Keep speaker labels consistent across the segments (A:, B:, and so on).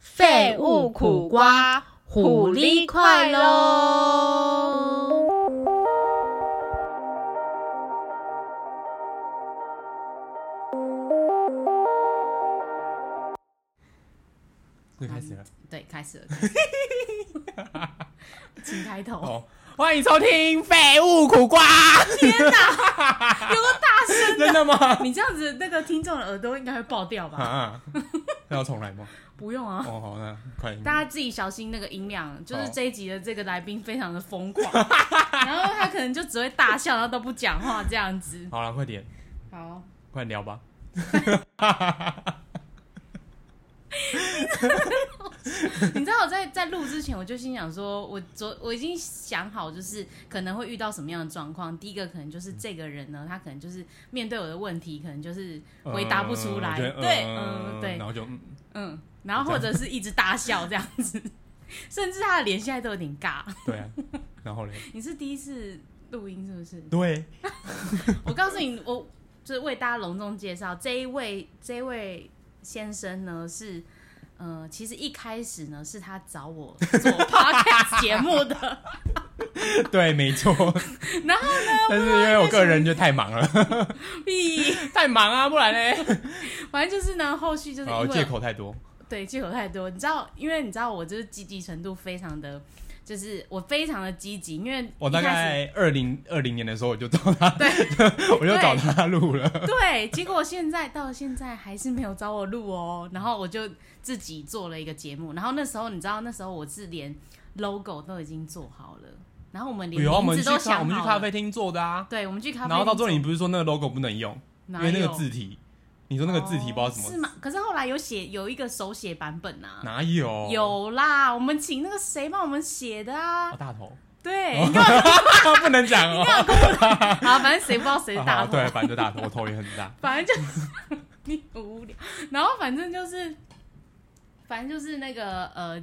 A: 废物苦瓜，虎力快喽！
B: 对，开始了。
A: 对，开始了，开始了请开 头。
B: 哦，欢迎收听《废物苦瓜》
A: 天哪， 有个大声！啊
B: 真的吗？
A: 你这样子，那个听众的耳朵应该会爆掉吧？
B: 啊，那要重来吗？
A: 不用啊，
B: 哦，好，那快点。
A: 大家自己小心那个音量。就是
B: 好
A: 这一集的这个来宾非常的疯 狂，然后他可能就只会大笑，然后都不讲话这样子。
B: 好了，快点，
A: 好，
B: 快点聊吧。
A: 你知道我在在录之前，我就心想说，我昨我已经想好，就是可能会遇到什么样的状况。第一个可能就是这个人呢，他可能就是面对我的问题，可能就是 回答不出来，
B: 嗯我觉得
A: 对，嗯，
B: 嗯，
A: 对
B: 然，后就嗯
A: 嗯，然后或者是一直大笑这样子， 甚至他的脸现在都有点尬。
B: 对啊，然后嘞，
A: 你是第一次录音是不是？
B: 对，
A: 我告诉你，我就是为大家隆重介绍这一位这一位先生呢是。呃，其实一开始呢，是他找我 做 podcast 节目的，
B: 对，没错。
A: 然后
B: 但是因为我个人就 太忙了，
A: 屁，
B: 太忙啊，不然嘞，
A: 反正就是呢，后续就是
B: 然后
A: 因
B: 借
A: 为
B: 口太多。
A: 对借口太多，你知道，因为你知道我就是积极程度非常的，就是我非常的积极，因为
B: 我
A: 一
B: 大
A: 开始
B: 概二零二零年的时候，我就找他，我 就找他 录了。
A: 对，结果现在到了现在还是没有找我录哦，然后我就自己做了一个节目，然后那时候你知道，那时候我是连 logo 都已经做好了，然哎后我们连
B: 有啊，我
A: 名
B: 们
A: 字
B: 去
A: 都
B: 咖，我
A: 想
B: 们去
A: 好
B: 咖
A: 了，
B: 啡厅做的啊。
A: 对，我们去咖啡，
B: 然后到最后你不是说那个 logo 不能用，因
A: 哪有，
B: 为那个字体，你说那个字体不知道什
A: 哦是
B: 么，
A: 吗？可是后来有写有一个手写版本啊。
B: 哪有
A: 有啦，我们请那个谁帮我们写的啊
B: 哦？大 头，
A: 对，
B: 不能讲哦，
A: 好，反正谁不知道谁是大
B: 好
A: 头，
B: 对，反正就大头，我头也很大，
A: 反正就是你很无聊，然后反正就是，反正就是那个呃，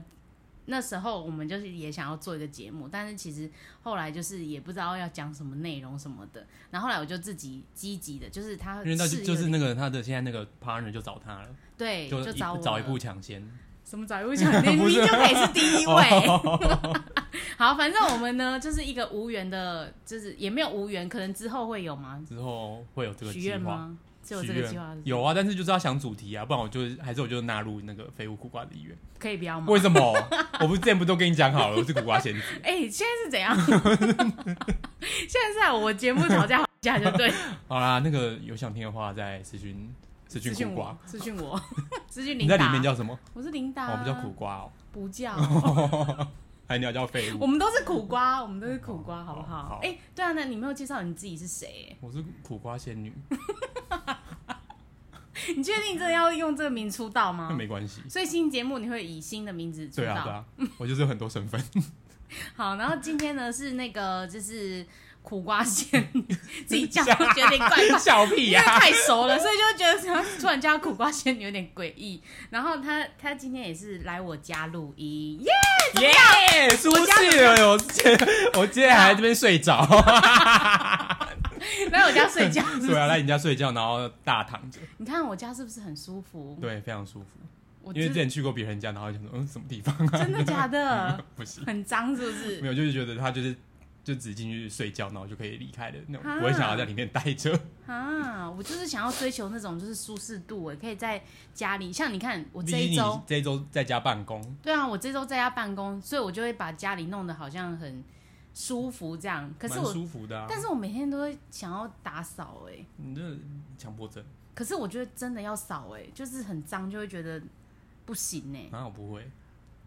A: 那时候我们就是也想要做一个节目，但是其实后来就是也不知道要讲什么内容什么的，然后后来我就自己积极的，就是他
B: 因为那
A: 室
B: 就
A: 友
B: 就是那个他的现在那个 partner 就找他了，
A: 对，
B: 就
A: 就
B: 一
A: 找我
B: 找一
A: 了
B: 步抢先，
A: 什么找一步 讲，你明明就可以是第一位。
B: 哦
A: 好，反正我们呢就是一个无缘的，就是也没有无缘，可能之后会有吗？
B: 之后会有这个
A: 许
B: 计
A: 愿
B: 划。
A: 吗？只有
B: 许
A: 这个
B: 愿
A: 计划是不是，
B: 有啊，但是就是要想主题啊，不然我就还是我就纳入那个废物苦瓜的意愿。
A: 可以不要吗？
B: 为什么？我不是之前不都跟你讲好了，我是苦瓜先知。
A: 哎、现在是怎样？ 现在是在我节目吵架吵架就对，
B: 好啦，那个有想听的话再私讯 私讯
A: 私讯
B: 苦瓜
A: 我。，私讯我， 私讯
B: 你
A: 琳
B: 在
A: 达。
B: 里面叫什么？
A: 我是琳达，
B: 我们叫苦，瓜 哦，
A: 不叫，
B: 还有你要叫废
A: 我
B: 物。
A: 们都是苦瓜，我们都是苦瓜，好不
B: 哦好
A: 好
B: 好？
A: 哎、对啊，那你没有介绍你自己是谁、
B: 我是苦瓜仙女，
A: 你确定真的要用这个名出道
B: 那
A: 吗？
B: 没关系。
A: 所以新节目你会以新的名字啊出道。
B: 对啊，对啊，我就是有很多身份。
A: 好，然后今天呢是那个就是苦瓜 线，自己讲都觉得有点怪怪。
B: 笑屁啊
A: 因为
B: 呀、
A: 太熟了，所以就觉得想突然叫他苦瓜仙女有点诡异。然后他他今天也是来我家录音，耶、
B: 耶，出事了！我今天我今天还在这边 睡着，
A: 来我家睡觉是不
B: 对
A: 是？
B: 啊，来你家睡觉，然后大躺着，
A: 你看我家是不是很舒服？
B: 对，非常舒服。
A: 我
B: 因为
A: 真
B: 之前去过别人家，然后想说，嗯，什么地方啊？
A: 真的假的？
B: 不行，
A: 很脏是不是
B: 没？有，就是觉得他就是就只进去睡觉，然后就可以离开的那
A: 啊
B: 种，不会想要在里面待着。
A: 啊，我就是想要追求那种就是舒适度，也可以在家里。像你看我
B: 毕
A: 这
B: 竟
A: 一
B: 你
A: 周，
B: 这一周在家办公，
A: 对啊，我这周在家办公，所以我就会把家里弄得好像很舒服这样。可
B: 蛮
A: 是我，
B: 舒服的啊。
A: 但是我每天都会想要打扫哎、
B: 你这强迫症
A: 可是我觉得真的要扫哎、就是很脏就会觉得不行哎、
B: 啊，我不会。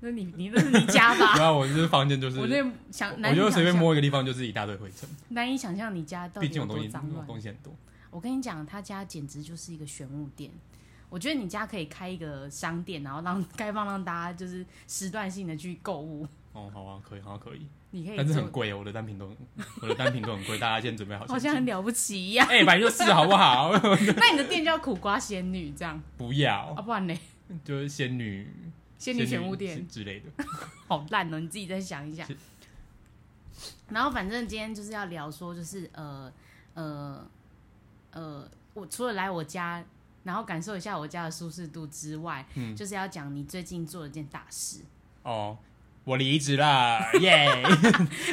A: 那你 你那是你家吧？
B: 然后我就是房间就是
A: 我，那想难
B: 我
A: 以
B: 就
A: 想
B: 随便
A: 象，
B: 摸一个地方就是一大堆灰尘，
A: 难以想象你家到
B: 毕
A: 底
B: 竟
A: 有
B: 我东
A: 多
B: 西
A: 脏
B: 我
A: 乱。
B: 东西很多。
A: 我跟你讲，他家简直就是一个玄武店。我觉得你家可以开一个商店，然后让开放让大家就是时段性的去购物。
B: 哦，好啊，可以，好像可以，
A: 你可以
B: 但是很
A: 做，
B: 贵哦，我的单品都很，我的单品都很贵，大家先准备好
A: 好
B: 钱。
A: 像很了不起一样。
B: 哎，反正就是好不好？
A: 那你的店叫苦瓜仙女这样
B: 不要
A: 啊？，不然呢？
B: 就是仙女
A: 仙女玄武店
B: 之之类的。
A: 好烂哦，你自己再想一想
B: 是。
A: 然后反正今天就是要聊说，就是呃呃呃，我除了来我家，然后感受一下我家的舒适度之外，
B: 嗯
A: 就是要讲你最近做了一件大事。
B: 哦，我离职啦， 耶！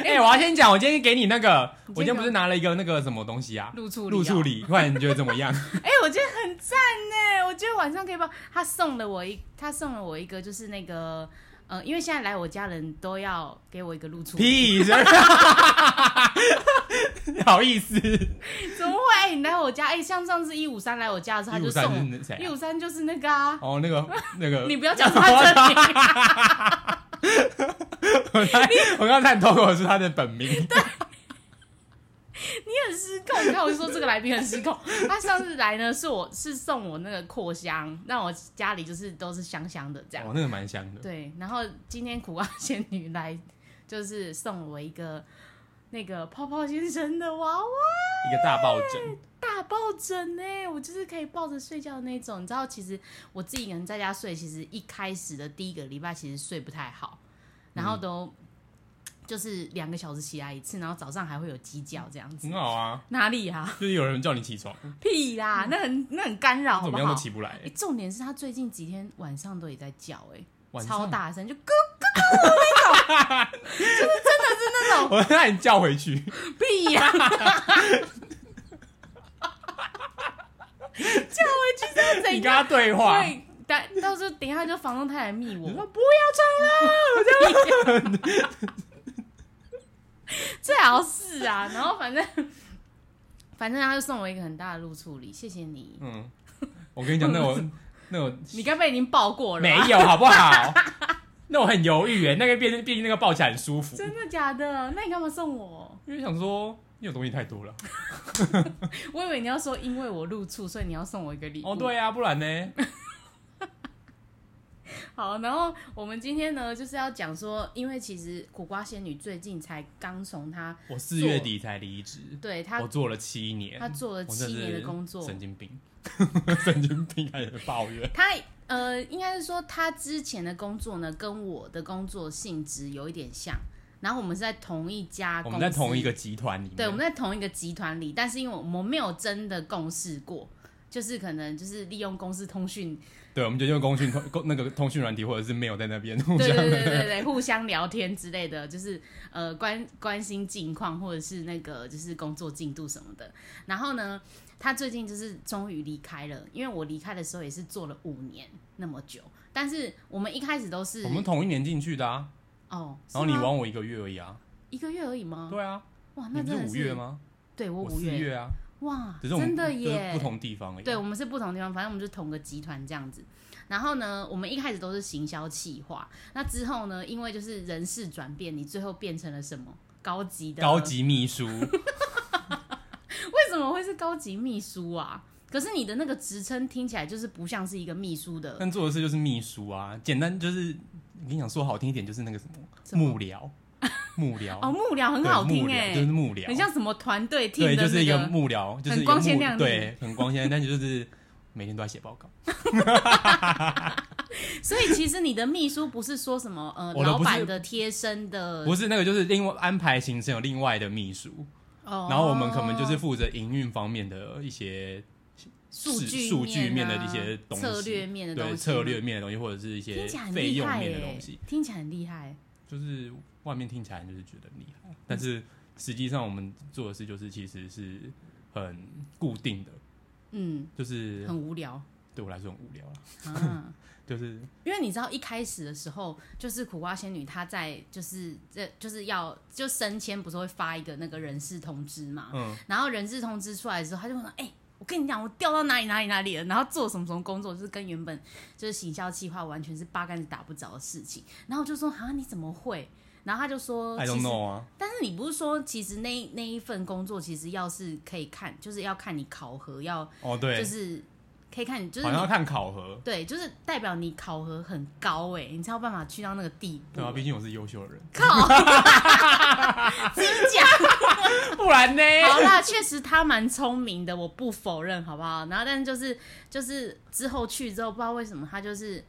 B: 哎，我要先讲，我今天给你那个，
A: 你
B: 我
A: 今天
B: 今天不是拿了一个那个什么东西啊？
A: 入处理、哦
B: 入处。理，不然你觉得怎么 样？
A: 哎、我觉得很赞呢，我觉得晚上可以帮他送了我一，他送了我一个，就是那个呃，因为现在来我家人都要给我一个入处理，
B: 屁！好意思，
A: 怎么会？哎、你来我家，哎、像上次一五三来我家的时候，
B: 一
A: 他
B: 五
A: 就
B: 三
A: 送
B: 是谁
A: 一
B: 啊？
A: 五三就是那个啊，
B: 哦，那个那个，
A: 你不要讲他真名。
B: 我刚才 我刚才很透露的是他的本名，
A: 你很失控，你看我就说这个来宾很失 控。他上次来呢，是我是送我那个扩香，让我家里就是都是香香的这样。
B: 哦，那个蛮香的。
A: 对，然后今天苦瓜仙女来，就是送我一个那个泡泡先生的娃娃
B: 一个大抱枕，
A: 大抱枕呢、我就是可以抱着睡觉的那种。你知道，其实我自己一个人在家睡，其实一开始的第一个礼拜其实睡不太好，然后都。就是两个小时起来一次，然后早上还会有鸡叫这样子
B: 很，好啊。
A: 哪里啊？
B: 就是有人叫你起床，
A: 屁啦，那很那很干扰，好
B: 嗯怎
A: 不
B: 么样
A: 好
B: 都？起不来
A: 哎、，重点是他最近几天晚上都也在叫、哎，
B: 晚上
A: 超。大声，就咯
B: 我让你叫回去，
A: 屁 呀、叫回去是要
B: 你
A: 怎
B: 跟
A: 样？
B: 他对话，
A: 对，但到时候等一下就房东太太密我，
B: 你说
A: 不要吵了，我就最好是啊，然后反正反正他就送我一个很大的入处理，谢谢你，
B: 嗯，我跟你讲，那我那我
A: 你该不会已经抱过了吧？
B: 没有好不好？ 那我很犹豫耶，那个变毕竟那个抱起来很舒服，
A: 真的假的？那你干嘛送我？
B: 因为想说你有东西太 多了。
A: 我以为你要说因为我入住，所以你要送我一个礼物。
B: 哦，对啊，不然呢？
A: 好，然后我们今天呢，就是要讲说，因为其实苦瓜仙女最近才刚从她
B: 我四月底才离职，
A: 对
B: 我
A: 她
B: 做了七年，
A: 她做了
B: 哦我真
A: 七年
B: 是
A: 的工作，
B: 神经病， 神经病，还有抱怨。
A: 她呃，应该是说她之前的工作呢，跟我的工作性质有一点像，然后我们是在同一家
B: 我
A: 公司，
B: 们在同一个集团里面，
A: 对，我们在同一个集团里，但是因为我们没有真的共事过，就是可能就是利用公司通讯
B: 对，我们就用通讯通那个通讯软体，或者是没有在那边 互
A: 对
B: 相
A: 对对对对，互相聊天之类的，就是呃关关心近况，或者是那个就是工作进度什么的。然后呢，他最近就是终于离开了，因为我离开的时候也是做了五年那么久，但是我们一开始都是
B: 我们同一年进去的啊，
A: 哦，
B: 然后你
A: 嗯是吗
B: 晚我一个月而已啊。
A: 一个月而已吗？
B: 对啊，
A: 哇，
B: 你
A: 那
B: 不
A: 真的
B: 是五月？吗？
A: 对我
B: 我
A: 五
B: 四月啊，
A: 哇，
B: 只是我们
A: 真的
B: 就是
A: 耶，
B: 不同地方而已。啊
A: 对，我们是不同地方，反正我们是同个集团这样子。然后呢，我们一开始都是行销企划，那之后呢，因为就是人事转变，你最后变成了什么？高级的
B: 高？级秘书，
A: 为什么会是高级秘书啊？可是你的那个职称听起来就是不像是一个秘书的
B: 但做的事就是秘书啊，简单就是我跟你讲说好听一点，就是那个什么
A: 什么
B: 幕僚，幕僚
A: 哦，幕僚很
B: 对
A: 好听
B: 幕僚
A: 哎、
B: 就是幕僚，
A: 很像什么团队听
B: 对，
A: 的
B: 就是
A: 那
B: 一个
A: 个。
B: 幕僚，就是一个
A: 光鲜
B: 幕
A: 亮丽
B: 对，很光鲜，但就是每天都在写 报告。
A: 所以其实你的秘书不是说什么呃
B: 我的
A: 老
B: 不是
A: 板的贴身的
B: 不是那个，就是另外安排行程有另外的秘书，
A: 哦，
B: 然后我们可能就是负责营运方面的一些
A: 数
B: 是
A: 据
B: 数据面的
A: 啊
B: 一些东西
A: 策略面的东西
B: 对
A: 吗，
B: 策略面的东西，或者是一些
A: 听起来很
B: 费
A: 厉
B: 用
A: 害欸
B: 面
A: 耶、
B: 的东西，
A: 听起来很厉害。
B: 就是外面听起来就是觉得很厉害，
A: 嗯
B: 但是实际上我们做的事就是其实是很固定的，
A: 嗯，
B: 就是
A: 很无聊
B: 对我来说很无聊啦，
A: 啊。
B: 就是
A: 因为你知道一开始的时候，就是苦瓜仙女她在就是这就是要就升迁，不是会发一个那个人事通知嘛？
B: 嗯，
A: 然后人事通知出来之后，她就会说：“哎、我跟你讲，我调到哪里哪里哪里了，然后做什么什么工作，就是跟原本就是行销计划完全是八竿子打不着的事情。”然后我就说：“啊，你怎么会？”然后她就说
B: I
A: 哦其
B: don't
A: 实
B: know 啊，
A: 但是你不是说，其实那那一份工作其实要是可以看，就是要看你考核，要
B: 哦
A: 就
B: 对，
A: 是可以看你，就是
B: 好
A: 你
B: 像要看考核，
A: 对，就是代表你考核很高哎、你才有办法去到那个地步。
B: 对啊，毕竟我是优秀的人，
A: 靠，自己讲。
B: 不然呢？
A: 好啦，确实他蛮聪明的，我不否认，好不好？然后，但是就是就是之后去之后，不知道为什么他就是，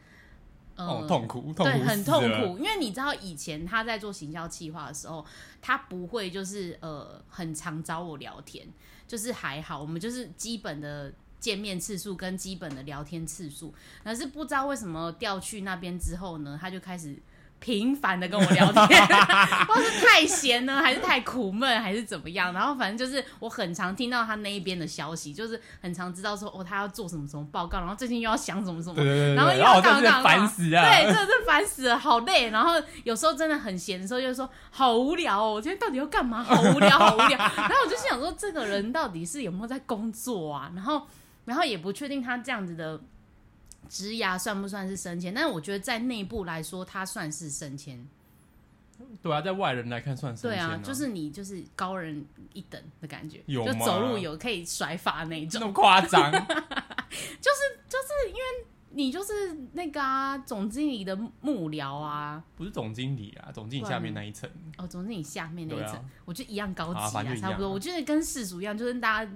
A: 呃，
B: 哦，痛苦，痛
A: 对，
B: 苦，
A: 很痛。苦，因为你知道以前他在做行销企划的时候，他不会就是呃很常找我聊天，就是还好，我们就是基本的。见面次数跟基本的聊天次数，可是不知道为什么调去那边之后呢，他就开始频繁的跟我 聊天，不知道是太闲呢，还是太苦闷，还是怎么样。然后反正就是我很常听到他那一边的消息，就是很常知道说哦他要做什么什么报告，然后最近又要想什么什么
B: 对对，对对，
A: 然后又
B: 然后
A: 要
B: 我真
A: 干嘛
B: 的
A: 干嘛
B: 烦死啊！
A: 对，真的是烦死了，好累。然后有时候真的很闲的时候，就说好无聊哦，我今天到底要干嘛？好无聊，好无 聊。然后我就心想说，这个人到底是有没有在工作啊？然后，然后也不确定他这样子的职涯算不算是升迁，但是我觉得在内部来说，他算是升迁。
B: 对啊，在外人来看算神
A: 对
B: 仙
A: 啊，就是你就是高人一等的感觉，
B: 有
A: 就
B: 吗
A: 走路有可以甩发那一种
B: 那。么夸张，
A: 你就是那个啊，总经理的幕僚啊。
B: 不是总经理啊，总经理下面那一层，
A: 哦，总之你下面那一
B: 对啊
A: 层，我觉得一样高级
B: 啊反正一样
A: 差不多。
B: 啊
A: 我觉得跟世俗一样，就是大家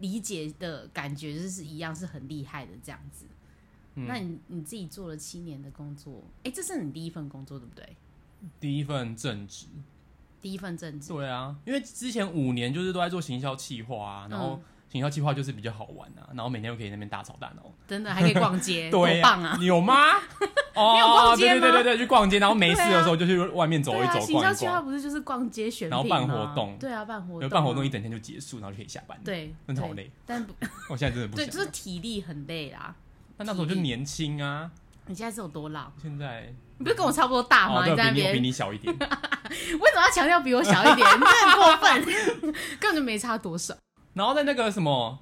A: 理解的感觉就是一样，是很厉害的这样子。
B: 嗯
A: 那你你自己做了七年的工作，哎、这是你第一份工作对不对？
B: 第一份正职。
A: 第一份正职，
B: 对啊，因为之前五年就是都在做行销企划啊，然
A: 嗯
B: 后行销企划就是比较好玩啊，然后每天又可以在那边大吵大闹。
A: 真的还可以逛街，
B: 对
A: 多
B: 啊
A: 棒啊！
B: 你有吗？哦，
A: 你有逛街吗
B: 对对对对，去逛街，然后没事的时候就去外面走
A: 对
B: 一
A: 啊，
B: 走、
A: 行销
B: 逛一
A: 计划
B: 逛，
A: 不是就是逛街选品
B: 然后办活动
A: 对啊，办活动、
B: 然后办活动一整天就结束，然后就可以下班。，哦
A: 对，
B: 真的好
A: 对
B: 累，
A: 但不
B: 我现在真 的不
A: 对，
B: 想。
A: 就是体力很累啦。
B: 那那时候我就年轻啊，
A: 你现在是有多老？
B: 现在
A: 你不是跟我差不多大吗？
B: 哦，
A: 啊你
B: 对，
A: 在那
B: 比你我
A: 边
B: 比你 小一点。
A: 为什么要强调比我小一点？你真的很过分， 根本就没差多少。
B: 然后在那个什么，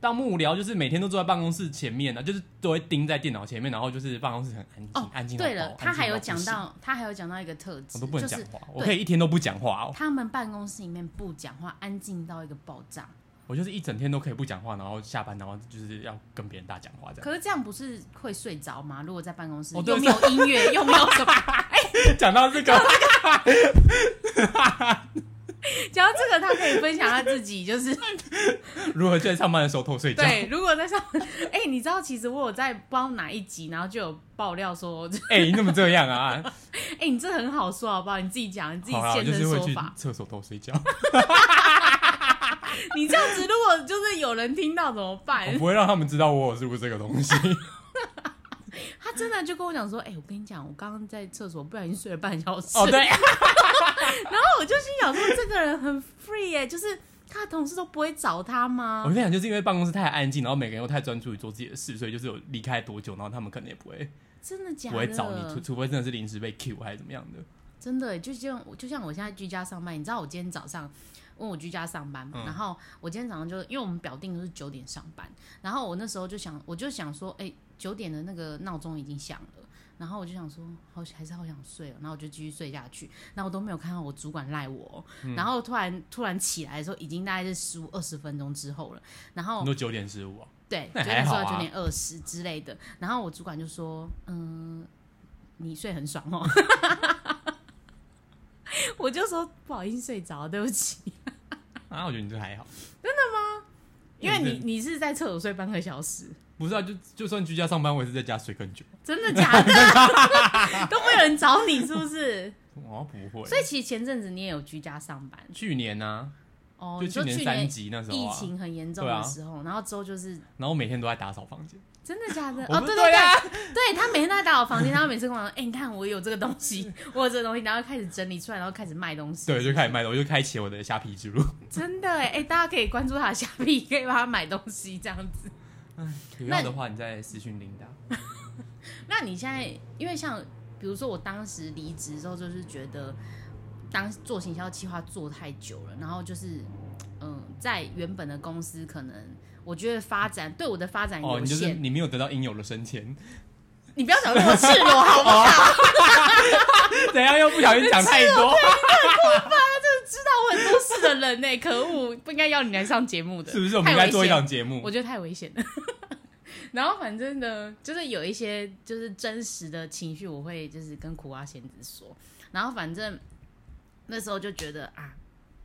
B: 当幕僚就是每天都坐在办公室前面呢、啊就是都会盯在电脑前面，然后就是办公室很安静，
A: 哦
B: 安静。
A: 对了，他还有讲
B: 到爆，安静
A: 到，他还有讲到一个特质，
B: 我都不能
A: 就
B: 讲
A: 是
B: 话，我可以一天都不讲话哦，
A: 他们办公室里面不讲话，安静到一个爆炸。
B: 我就是一整天都可以不讲话，然后下班然后就是要跟别人大讲话这样。
A: 可是这样不是会睡着吗？如果在办公室
B: 哦对
A: 又没有音 乐，又没有什么，
B: 讲到这个，
A: 讲到这个，他可以分享他自己， 就是
B: 如何在上班的时候偷睡觉？
A: 对。如果在上， 哎、你知道其实我有在不知道哪一集，然后就有爆料说，
B: 哎、你怎么这样啊？
A: 哎、你这很好说好不好？你自己讲，你自己
B: 好啦，我
A: 现
B: 就
A: 身
B: 是会
A: 说
B: 去
A: 法。
B: 厕所偷睡 觉，
A: 你这样子，如果就是有人听到怎么办
B: 我？不会让他们知道我有录这个东 西。
A: 他真的就跟我讲说：“哎、我跟你讲，我刚刚在厕所不小心睡了半小时。
B: 哦，对，
A: 然后我就心想说，这个人很 free 耶、就是他的同事都不会找他
B: 我
A: 吗？
B: 跟你讲，就是因为办公室太安静，然后每个人又太专注于做自己的事，所以就是有离开多久，然后他们可能也不会
A: 真的假
B: 不会找你，除
A: 的？
B: 除非真的是临时被 Q 还是怎 么样的。
A: 真的耶、就像我就像我现在居家上班，你知道我今天早上。问我居家上班嘛，
B: 嗯
A: 然后我今天早上就因为我们表定都是九点上班，然后我那时候就想，我就想说，哎、九点的那个闹钟已经响了，然后我就想说，好还是好想睡哦，然后我就继续睡下去，然后我都没有看到我主管赖我哦、然后突然突然起来的时候，已经大概是十五二十分钟之后了，然后
B: 你说九点十五啊？
A: 对，
B: 那
A: 九
B: 还
A: 点
B: 好
A: 说
B: 啊
A: 到九点二十之类的。然后我主管就说：“嗯，你睡很爽哦。” 我就说不好意思睡着，对不起，
B: 啊，我觉得你这还好，
A: 因为
B: 对
A: 你你是在厕所睡半个小时，
B: 不是啊？就就算居家上班，我也是在家睡更久。
A: 真的假的？ 都没有人找你是不是？
B: 我好像不会。
A: 所以其实前阵子你也有居家上班
B: 去年呢、
A: 哦，
B: 就
A: 你
B: 去
A: 说
B: 年
A: 去
B: 三
A: 年
B: 级那时候
A: 疫
B: 啊，
A: 情很严重
B: 对啊
A: 的时候，然后之后就是
B: 然后每天都在打扫房间。
A: 真的假的？
B: 我
A: 哦，
B: 不
A: 对
B: 对
A: 对
B: 啊，
A: 对他每天都在打我房间，然后每次跟我 说：“哎、你看我有这个东西， 我有这个东西。”然后开始整理出来，然后开始卖东西。
B: 对，就开始卖了，我就开启我的虾皮之路。
A: 真的哎、哎、大家可以关注他的虾皮，可以帮他买东西这样子。
B: 有
A: 那
B: 要的话，你再私讯琳达。
A: 那你现在，因为像比如说我当时离职之后，就是觉得当做行销计划做太久了，然后就是嗯，在原本的公司可能我觉得发展对我的发展
B: 哦，
A: 有
B: 你就是
A: 限，
B: 你没有得到应有的升迁，
A: 你不要讲得那么赤裸好不好？
B: 等一下又不小心讲太多，
A: 知道我很多事的人呢、 可恶，不应该要你来上节目的，
B: 是不是？我们应
A: 太
B: 该
A: 危
B: 做一
A: 险
B: 档节目
A: 我，觉得太危险了。 然后反正呢，就是有一些就是真实的情绪，我会就是跟苦瓜仙子说。然后反正那时候就觉得啊，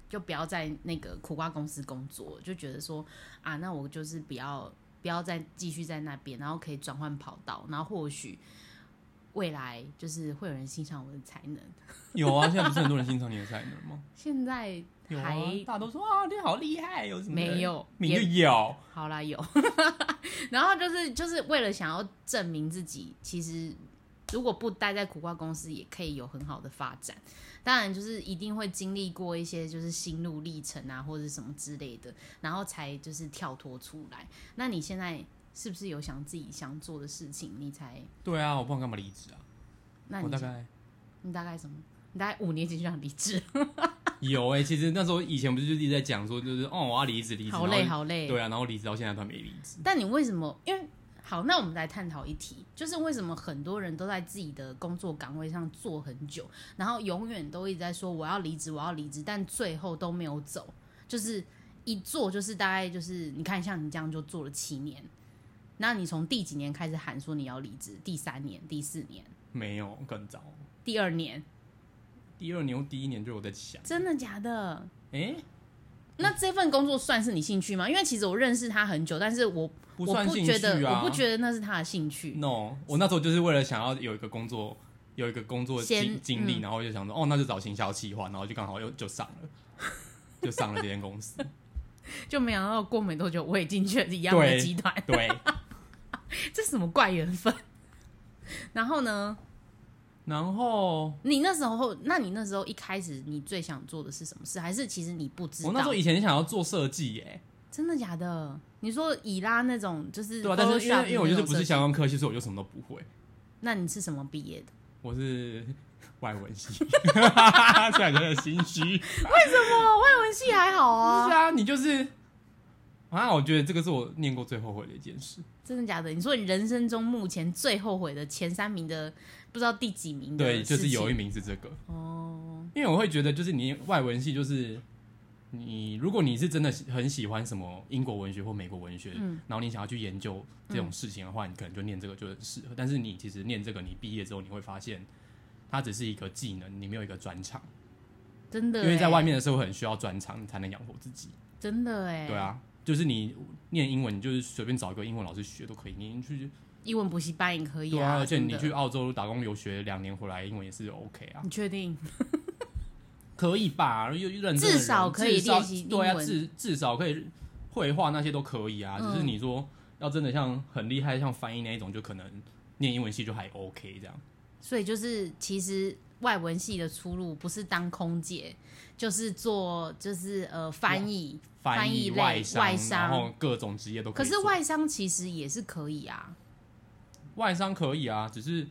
A: 就不要在那个苦瓜公司工作，就觉得说啊，那我就是不要不要再继续在那边，然后可以转换跑道，然后或许未来就是会有人欣赏我的才能。
B: 有啊，现在不是很多人欣赏你的才能吗？
A: 现在
B: 有啊
A: 还，
B: 大家都说啊，你好厉害，有什么的
A: 没？有，
B: 你
A: 也
B: 就有，
A: 好啦，有。 然后就是就是为了想要证明自己，其实如果不待在苦瓜公司，也可以有很好的发展。当然，就是一定会经历过一些就是心路历程啊，或者是什么之类的，然后才就是跳脱出来。那你现在是不是有想自己想做的事情？你才
B: 对啊，我不知道干嘛离职啊。
A: 那
B: 我
A: 你
B: 大概
A: 你大概什么？你大概五年前就想离职，
B: 有哎、其实那时候以前不是就一直在讲说，就是哦，我要离职，离职，
A: 好累
B: 然后
A: 好累。
B: 对啊，然后离职到现在都还没离职。
A: 但你为什么？因为好，那我们来探讨一题，就是为什么很多人都在自己的工作岗位上做很久，然后永远都一直在说我要离职，我要离职，但最后都没有走，就是一做就是大概就是你看像你这样就做了七年，那你从第几年开始喊说你要离职？第三年、第四年、
B: 没有，更早。
A: 第二年，
B: 第二年或第一年就有在想，
A: 真的假的？
B: 哎、
A: 那这份工作算是你兴趣吗？因为其实我认识他很久，但是我
B: 不
A: 我
B: 算
A: 不
B: 兴
A: 觉
B: 趣
A: 得，
B: 啊。
A: 我不觉得那是他的兴趣。
B: No，我那时候就是为了想要有一个工作，有一个工作经
A: 先
B: 经历，
A: 嗯
B: 然后就想说，哦，那就找行销企划，然后就刚好又就上 了，就上了这间公司。
A: 就没想到过没多久我也进去了一样的
B: 对
A: 集团，
B: 对，
A: 这什么怪缘分？ 然后呢，
B: 然后
A: 你那时候，那你那时候一开始你最想做的是什么事？还是其实你不知道？
B: 我那时候以前想要做设计耶，
A: 真的假的？你说以拉那种就是
B: 对啊，但是因
A: Photoshop
B: 为因为我就是
A: 那种
B: 不是
A: 设计
B: 相关科系，所以我就什么都不会。
A: 那你是什么毕 业的？
B: 我是外 文系，这两个人心虚。是
A: 哦，外文系还好啊，
B: 啊，你就是啊，我觉得这个是我念过最后悔的一件事。
A: 真的假的？你说你人生中目前最后悔的前三名的，不知道第几名的
B: 对，
A: 事情，
B: 就是有一名是这个，
A: 哦，
B: 因为我会觉得，就是你外文系就是你，如果你是真的很喜欢什么英国文学或美国文学，
A: 嗯
B: 然后你想要去研究这种事情的话，你可能就念这个就很
A: 嗯
B: 适合。但是你其实念这个，你毕业之后你会发现，它只是一个技能，你没有一个专长，
A: 真的
B: 因
A: 欸，
B: 为在外面的社会很需要专长，你才能养活自己。
A: 真的哎，
B: 对，啊，就是你念英文，你就是随便找一个英文老师学都可以，你去
A: 英文补习班也可以
B: 对啊，而且
A: 真的
B: 你去澳洲打工留学两年回来，英文也是 OK 啊，
A: 你确定？
B: 可以吧？又认真的人
A: 至少可以
B: 至少
A: 练习英
B: 对啊，
A: 文
B: 至至少可以绘画那些都可以啊。
A: 嗯
B: 只是你说要真的像很厉害，像翻译那一种，就可能念英文系就还 OK 这样。
A: 所以就是，其实外文系的出路不是当空姐，就是做就是呃翻译。翻译
B: 译
A: 类
B: 外
A: 外商
B: 然后各种职业都
A: 可
B: 以
A: 是
B: 做。
A: 外商其实也是可以啊，
B: 外商可以啊，只是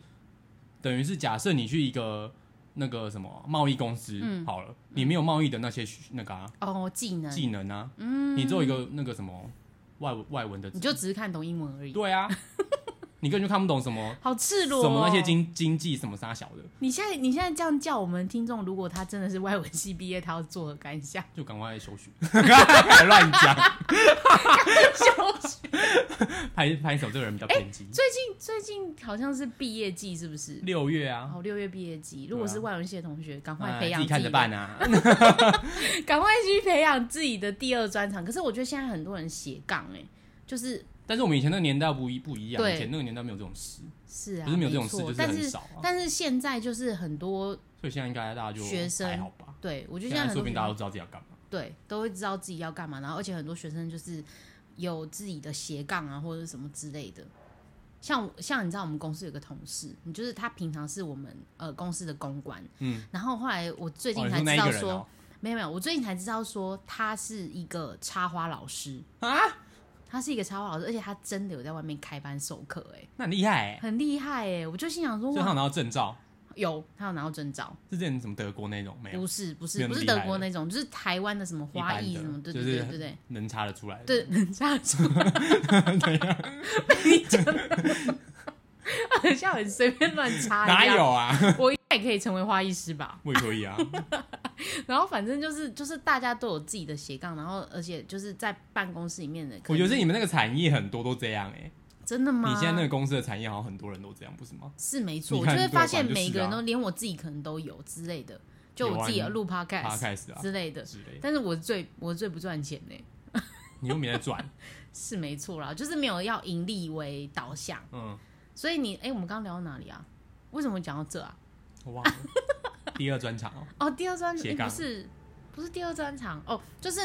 B: 等于是假设你去一个那个什么贸易公司、
A: 嗯
B: 好了，你没有贸易的那些那个啊
A: 哦，技能，
B: 技能啊，嗯，你做一个那个什么外文外文的
A: 你就只是看懂英文而已，
B: 对啊，你根本就看不懂什么
A: 好赤裸、哦。
B: 什么那些经经济什么啥小的，
A: 你现在你现在这样叫我们听众，如果他真的是外文系毕业，他要作何感想？
B: 就赶快休学，还乱讲。
A: 休
B: 学，拍拍手这个人比较偏激。
A: 最近最近好像是毕业季，是不是？
B: 六月啊，
A: 哦，六月毕业季，如果
B: 对啊
A: 是外文系的同学，赶快
B: 哎
A: 哦培养
B: 自己看着
A: 的
B: 办啊。
A: 赶快去培养自己的第二专长。可是我觉得现在很多人斜杠哎、就是
B: 但是我们以前那个年代不一不一样，
A: 对
B: 以前那个年代没有这种事，
A: 是啊，
B: 不是没有这种事，
A: 错
B: 就是
A: 但
B: 很
A: 是
B: 少啊。
A: 但是现在就是很多，
B: 所以现在应该大家就
A: 学生
B: 还好吧？
A: 对我觉
B: 现
A: 得现在
B: 在
A: 很
B: 说
A: 多
B: 不定
A: 学
B: 大家
A: 生
B: 都知道自己要干嘛。
A: 对都会知道自己要干嘛，然后而且很多学生就是有自己的斜杠啊或者是什么之类的。像像你知道我们公司有个同事，你就是他平常是我们呃公司的公关，
B: 嗯，
A: 然后后来我最
B: 哦
A: 近
B: 你
A: 才
B: 那
A: 知
B: 一
A: 道
B: 个人
A: 说，
B: 哦
A: 没有没有，我最近才知道说他是一个插花老师
B: 啊，
A: 他是一个插花老师，而且他真的有在外面开班授课，哎，
B: 那很厉害欸，
A: 很厉害哎、我就心想说
B: 所以他
A: 哇，
B: 有拿到证照，
A: 有他有拿到证照，
B: 是之前什么德国那种没有
A: 不是不
B: 哎没
A: 是不是
B: 有那么厉害
A: 德国那种，就是台湾的什么花艺
B: 一般的
A: 什么，对
B: 就
A: 对
B: 是
A: 对对对
B: 能查得出来的。 啊
A: 对，人家说 很像很随便乱插一
B: 哪
A: 样，
B: 有啊？
A: 我应该也可以成为花艺师吧？
B: 我也 可以啊，
A: 然后反正就是就是大家都有自己的斜杠，然后而且就是在办公室里面的，可能
B: 我觉得是你们那个产业很多都这样哎、
A: 真的吗？
B: 你现在那个公司的产业好像很多人都这样，不是吗？
A: 是没错，
B: 你
A: 我
B: 看
A: 就会
B: 对
A: 发
B: 反
A: 现
B: 正就是
A: 每一个人
B: 啊
A: 都，连我自己可能都有之类的，就
B: 有
A: 我
B: 啊
A: 自己
B: 你
A: 录
B: 他
A: podcast
B: 开始啊
A: 之类的，
B: 之类的，
A: 但是我最我最不赚钱呢、
B: 你又没在转，
A: 是没错啦，就是没有要盈利为导向，
B: 嗯，
A: 所以你哎、我们刚刚聊到哪里啊？为什么讲到这啊？
B: 我忘了第二专场哦，
A: 哦，第二专场、
B: 斜
A: 诶
B: 杠
A: 不是不是第二专场哦，就是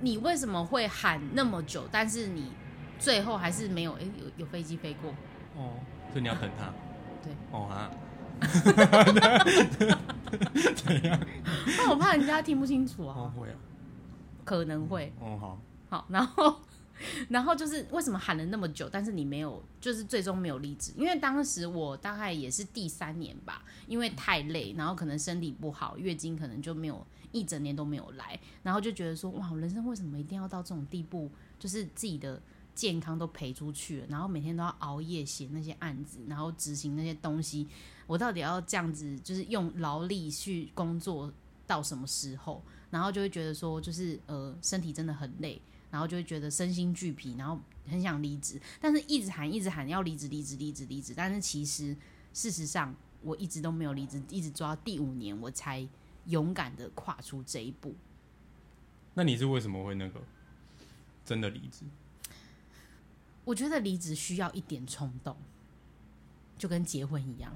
A: 你为什么会喊那么久，但是你最后还是没有哎、诶有有飞机飞过，
B: 哦，所以你要等他，
A: 对，
B: 哦啊，
A: 那我怕人家听不清楚啊，
B: 哦会啊，
A: 可能会
B: 哦好，
A: 好， 然后然后就是为什么喊了那么久，但是你没有，就是最终没有离职，因为当时我大概也是第三年吧，因为太累，然后可能身体不好，月经可能就没有一整年都没有来，然后就觉得说哇，我人生为什么一定要到这种地步，就是自己的。健康都赔出去了，然后每天都要熬夜写那些案子，然后执行那些东西，我到底要这样子，就是用劳力去工作到什么时候？然后就会觉得说，就是呃，身体真的很累，然后就会觉得身心俱疲，然后很想离职，但是一直喊一直喊要离职离职离职离职，但是其实事实上我一直都没有离职，一直抓到第五年我才勇敢的跨出这一步。
B: 那你是为什么会那个真的离职？
A: 我觉得离职需要一点冲动，就跟结婚一样。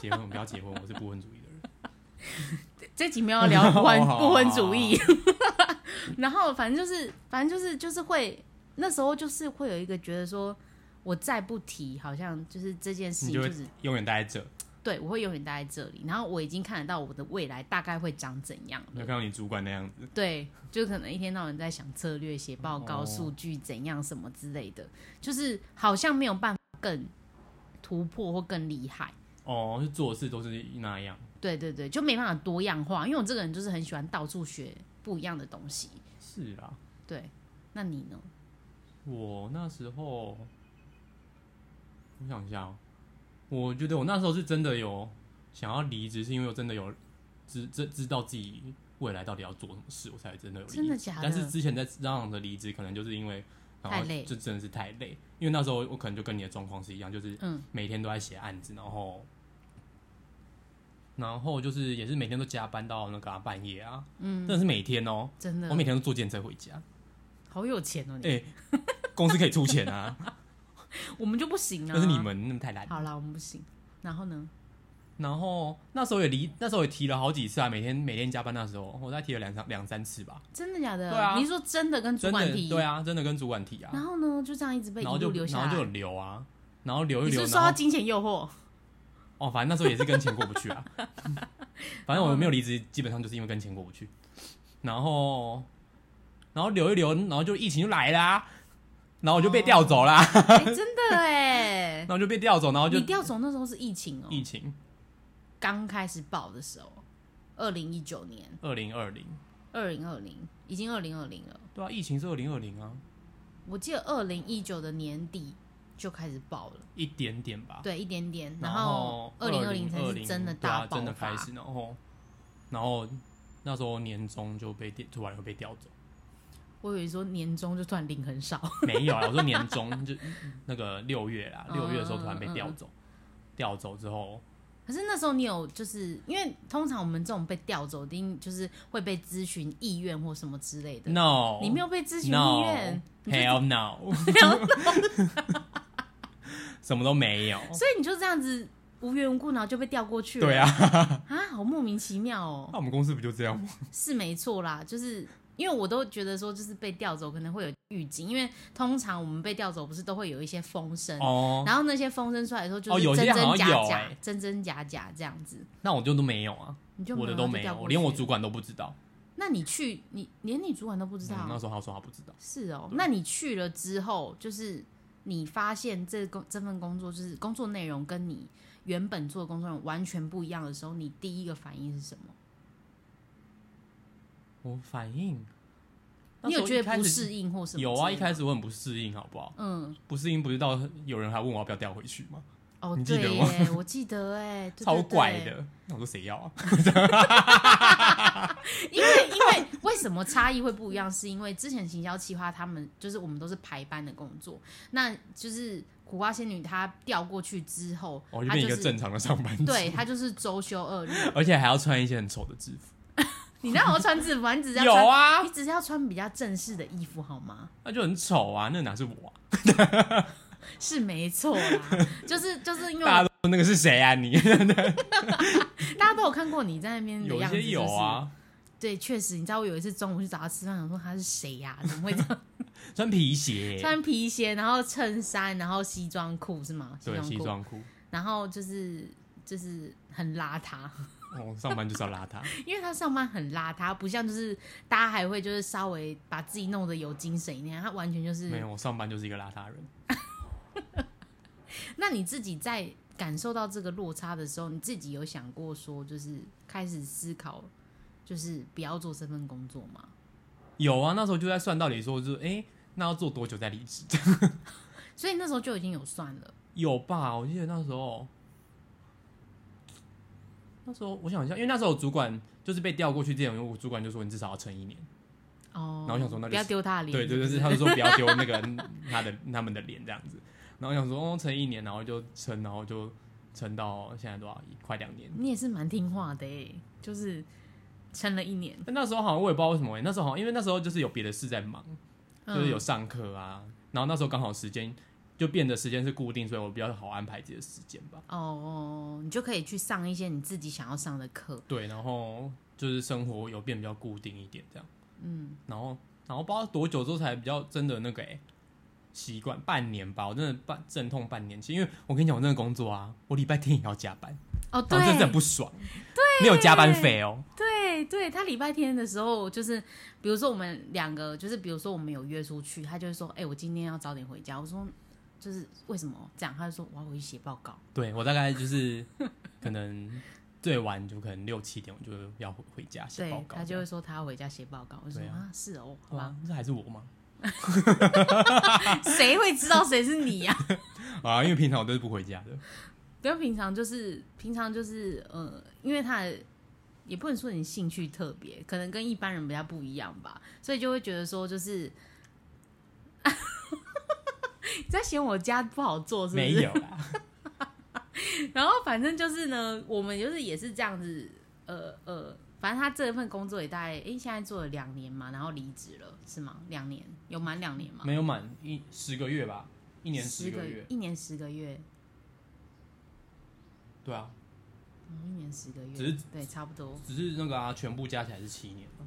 B: 结婚不要结婚，我是不婚主义的 人，
A: 这几秒要聊不婚
B: 好好好
A: 不婚主义， 然后反正就是反正就是就是会那时候就是会有一个觉得说，我再不提，好像就是这件事
B: 你
A: 情
B: 就
A: 就
B: 会
A: 是
B: 永远待在这。
A: 对我会永远待在这里，然后我已经看得到我的未来大概会长怎样
B: 你
A: 了
B: 有。看到你主管那样子，
A: 对，就可能一天到晚在想策略、写报告、
B: 哦
A: 数据怎样什么之类的，就是好像没有办法更突破或更厉害。
B: 哦，就做事都是那样，
A: 对对对，就没办法多样化，因为我这个人就是很喜欢到处学不一样的东西。
B: 是啊啦。
A: 对，那你呢？
B: 我那时候，我想一下、哦，我觉得我那时候是真的有想要离职，是因为我真的有知知知道自己未来到底要做什么事，我才真的有离职。
A: 真的假的
B: 但是之前在这样的离职，可能就是因为然后
A: 太累
B: 就真的是太累。因为那时候我可能就跟你的状况是一样，就是
A: 嗯
B: 每天都在写案子，然后然后就是也是每天都加班到那个啊、半夜啊，嗯，真的是每天哦，
A: 真的
B: 我，每天都坐电车回家，
A: 好有钱哦你，
B: 哎、公司可以出钱啊。
A: 我们就不行啊。
B: 但是你们那么太懒。
A: 好啦，我们不行。然后呢？
B: 然后那时候也离，那时候也提了好几次啊，每天每天加班那时候，我再提了两三两三次吧。
A: 真的假的？
B: 对啊
A: 你是说真的跟主
B: 真
A: 管
B: 的
A: 提？
B: 对啊，真的跟主管提
A: 然
B: 啊，
A: 后呢，就这样一直被一
B: 然后就
A: 路留下
B: 然
A: 来。
B: 后就有留啊，然后留一
A: 你是
B: 留，
A: 不是受到
B: 然后
A: 金钱诱 惑？
B: 哦，反正那时候也是跟钱过不去 啊。反正我没有离职，基本上就是因为跟钱过不去。然后然后留一留，然后就疫情就来啦、然后我就被调走啦、
A: 哎、真的哎、
B: 然后就被调走，然后就
A: 你调走那时候是疫情哦、
B: 疫情
A: 刚开始爆的时候，二零一九年、
B: 二零二零，
A: 二零二零，已经二零二零了。
B: 对啊，疫情是二零二零啊，
A: 我记得二零一九的年底就开始爆了，
B: 一点点吧。
A: 对，一点点。
B: 啊然
A: 后二零二零
B: 零
A: 才是真的大
B: 大
A: 爆
B: 真的
A: 发。
B: 开始，然后然后那时候年终就被调，突然又被调走，
A: 我以为说年终就突然领很少，
B: 没有啊，我说年终就那个六 月啦，
A: 嗯
B: 六月的时候突然被调走，调走之后，
A: 可是那时候你有就是因为通常我们这种被调走，一定就是会被咨询意愿或什么之类的。
B: no，
A: 你没有被咨询意
B: no
A: 愿，你就
B: hell no，什么都没有，
A: 所以你就这样子无缘无故，然后就被调过去了。
B: 对啊，
A: 啊，好莫名其妙哦
B: 那、。我们公司不就这样吗？
A: 是没错啦，就是因为我都觉得说，就是被调走可能会有预警，因为通常我们被调走不是都会有一些风声。
B: 哦，
A: 然后那些风声出来的时候，就
B: 哦
A: 是
B: 有
A: 真
B: 些
A: 真
B: 好像
A: 假
B: 有
A: 假、
B: 欸
A: 真真假假这样子，
B: 那我就都没有啊，
A: 你就
B: 我的都没
A: 就调
B: 有，
A: 过
B: 我连我
A: 去
B: 主管都不知道，
A: 那你去，你连你主管都不知道，啊
B: 嗯那时候他说他不知道，
A: 是哦。那你去了之后，就是你发现这工这份工作就是工作内容跟你原本做的工作内容完全不一样的时候，你第一个反应是什么？
B: 我反应，那
A: 你
B: 时
A: 有
B: 候
A: 觉
B: 一开
A: 得不
B: 始
A: 适应或什么之类
B: 有
A: 的吗？
B: 啊，一开始我很不适应，好不好？
A: 嗯，
B: 不适应不是到有人还问我要不要调回去吗？
A: 哦，
B: 你记
A: 对
B: 得吗
A: 耶，我记得哎，对
B: 超怪，
A: 对对
B: 的。那我说谁 要啊？
A: 因为因为为什么差异会不一样？是因为之前行销企划他们就是我们都是排班的工作，那就是苦瓜仙女她调过去之后，
B: 我哦就
A: 她
B: 变一
A: 就
B: 个
A: 是
B: 正常的上班族，
A: 对她就是周休二日，
B: 而且还要穿一些很丑的制服。
A: 你那我穿制服，你只是要
B: 有
A: 穿
B: 啊，
A: 你只是要穿比较正式的衣服好吗？
B: 那就很丑啊，那哪是我啊？
A: 是没错啦，就是就是因为
B: 大家
A: 我
B: 都那个是谁啊？ 你
A: 大家都有看过你在那边的
B: 有一
A: 样子、就
B: 些
A: 是，
B: 有啊，
A: 对，确实，你知道我有一次中午去找他吃饭，想说他是谁呀、怎么会这 样？
B: 穿皮鞋，
A: 穿皮鞋，然后衬衫，然后西装裤是吗？
B: 对西
A: 裤，
B: 装裤，
A: 然后就是就是很邋遢，
B: 哦，上班就是要邋遢，
A: 因为他上班很邋遢，不像就是大家还会就是稍微把自己弄得有精神一点，他完全 就是
B: 没有，我上班就是一个邋遢人。
A: 那你自己在感受到这个落差的时候，你自己有想过说，就是开始思考，就是不要做这份工作吗？
B: 有啊，那时候就在算，到底说就是，哎、那要做多久再离职？
A: 所以那时候就已经有算了，
B: 有吧？我记得那时候，那时候我想一下，因为那时候我主管就是被调过去之前，我主管就说你至少要撑一年。
A: 哦，
B: 然后我想说那就
A: 不要丢他的脸，
B: 对对，就是他就说不要丢那个他的他们的脸这样子。然后我想说哦，撑一年，然后就撑，然后就撑到现在多少？快两年。
A: 你也是蛮听话的诶，就是撑了一年，
B: 但那时候好像我也不知道为什么、欸，那时候好像因为那时候就是有别的事在忙，
A: 嗯
B: 就是有上课啊，然后那时候刚好时间就变得时间是固定，所以我比较好安排自己的时间吧。
A: 哦，你就可以去上一些你自己想要上的课，
B: 对，然后就是生活有变比较固定一点这样。嗯，然后然后不知道多久之后才比较真的那个哎、习惯半年吧，我真的半阵痛半年。其实因为我跟你讲，我那个工作啊，我礼拜天也要加班，
A: 哦，
B: 然后真的很
A: 对
B: 不爽，没有加班费哦。
A: 对对，他礼拜天的时候就是，比如说我们两个就是，比如说我们有约出去，他就会说，哎、我今天要早点回家，我说。就是为什么这样？他就说我要回去写报告。
B: 对我大概就是可能最晚就可能六七点，我就要回回家写报
A: 对，
B: 告
A: 他就
B: 这
A: 会
B: 样。
A: 说他要回家写报告。我就说
B: 对啊
A: 啊，是哦，好吧
B: 哇，，这还是我吗？
A: 谁会知道谁是你呀、
B: 啊，因为平常我都是不回家
A: 哦
B: 的。
A: 不要平常就是平常就是呃，因为他的也不能说你兴趣特别，可能跟一般人比较不一样吧，所以就会觉得说就是。 你在嫌我家不好做是不
B: 没
A: 是？
B: 有啦，
A: 然后反正就是呢，我们就是也是这样子，呃呃，反正他这份工作也大概诶，现在做了两年嘛，然后离职了是吗？两年有满两年吗？
B: 没有满一十个月吧，一年十
A: 个
B: 个月。
A: 一年十个月，
B: 对啊，
A: 嗯，一年十个月，
B: 只是
A: 对，差不多。
B: 只是那个啊，全部加起来是七年嘛。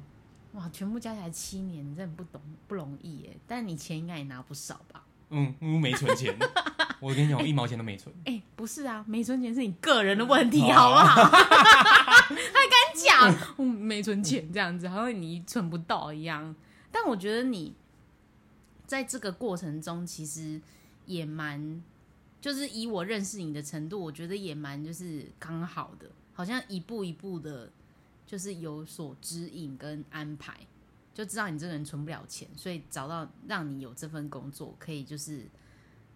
A: 哇，全部加起来七年，你真的不懂不容易耶。但你钱应该也拿不少吧？
B: 嗯，嗯没存 钱，我跟你讲，我一毛钱都没存。
A: 哎、不是啊，没存钱是你个人的问题，好不好？还敢讲，嗯我没存钱这样子，好像你存不到一样。但我觉得你在这个过程中，其实也蛮，就是以我认识你的程度，我觉得也蛮就是刚好的，好像一步一步的，就是有所指引跟安排，就知道你这个人存不了钱，所以找到让你有这份工作，可以就是。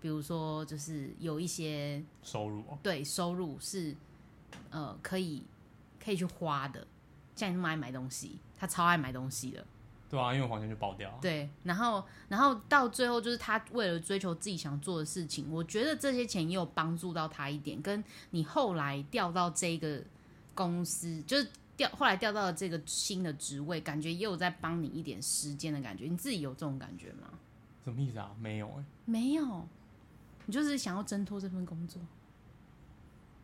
A: 比如说，就是有一些
B: 收入哦，
A: 对收入是呃可以可以去花的，像你那么爱买东西，他超爱买东西的，
B: 对啊，因为我好像就爆掉啊。
A: 对，然后然后到最后就是他为了追求自己想做的事情，我觉得这些钱也有帮助到他一点，跟你后来调到这个公司，就是调后来调到了这个新的职位，感觉也有在帮你一点时间的感觉，你自己有这种感觉吗？
B: 什么意思啊？没有哎、
A: 没有，你就是想要挣脱这份工作。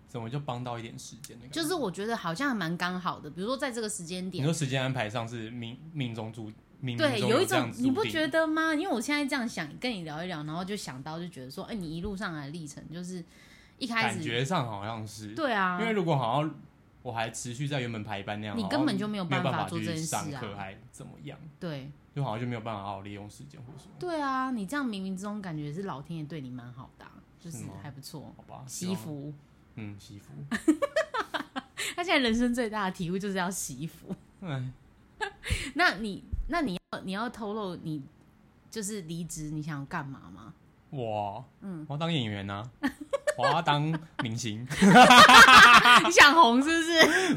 B: 怎么就帮到一点时间的感觉？
A: 就是我觉得好像还蛮刚好的，比如说在这个时间
B: 你
A: 点，
B: 说时间安排上是命命中注命
A: 对，
B: 中
A: 有一
B: 这
A: 种
B: 样子
A: 你
B: 注
A: 不
B: 定
A: 觉得吗？因为我现在这样想跟你聊一聊，然后就想到就觉得说，哎、你一路上来的历程就是一开
B: 感
A: 始，
B: 觉上好像是，
A: 对啊
B: 因，为如果好像我还持续在原本排班那样，
A: 你
B: 好
A: 根
B: 像
A: 本就没
B: 没
A: 有
B: 有
A: 办法
B: 法
A: 做
B: 去
A: 这件事
B: 上
A: 啊
B: 课还怎么样，
A: 对
B: 就好像就没有办法好好利用时间或者什么，
A: 对啊，你这样冥冥之中感觉是老天爷对你蛮好的啊、就是
B: 是吗哦
A: 还不错。
B: 好吧？希
A: 惜
B: 望，
A: 福，
B: 嗯，惜福，
A: 他现在人生最大的体悟就是要惜福。
B: 哎，
A: 那你，那你要你要透露你就是离职，你想干嘛吗？
B: 我，嗯，我要当演员呐、啊，我要当 明星。
A: 你想红是不是？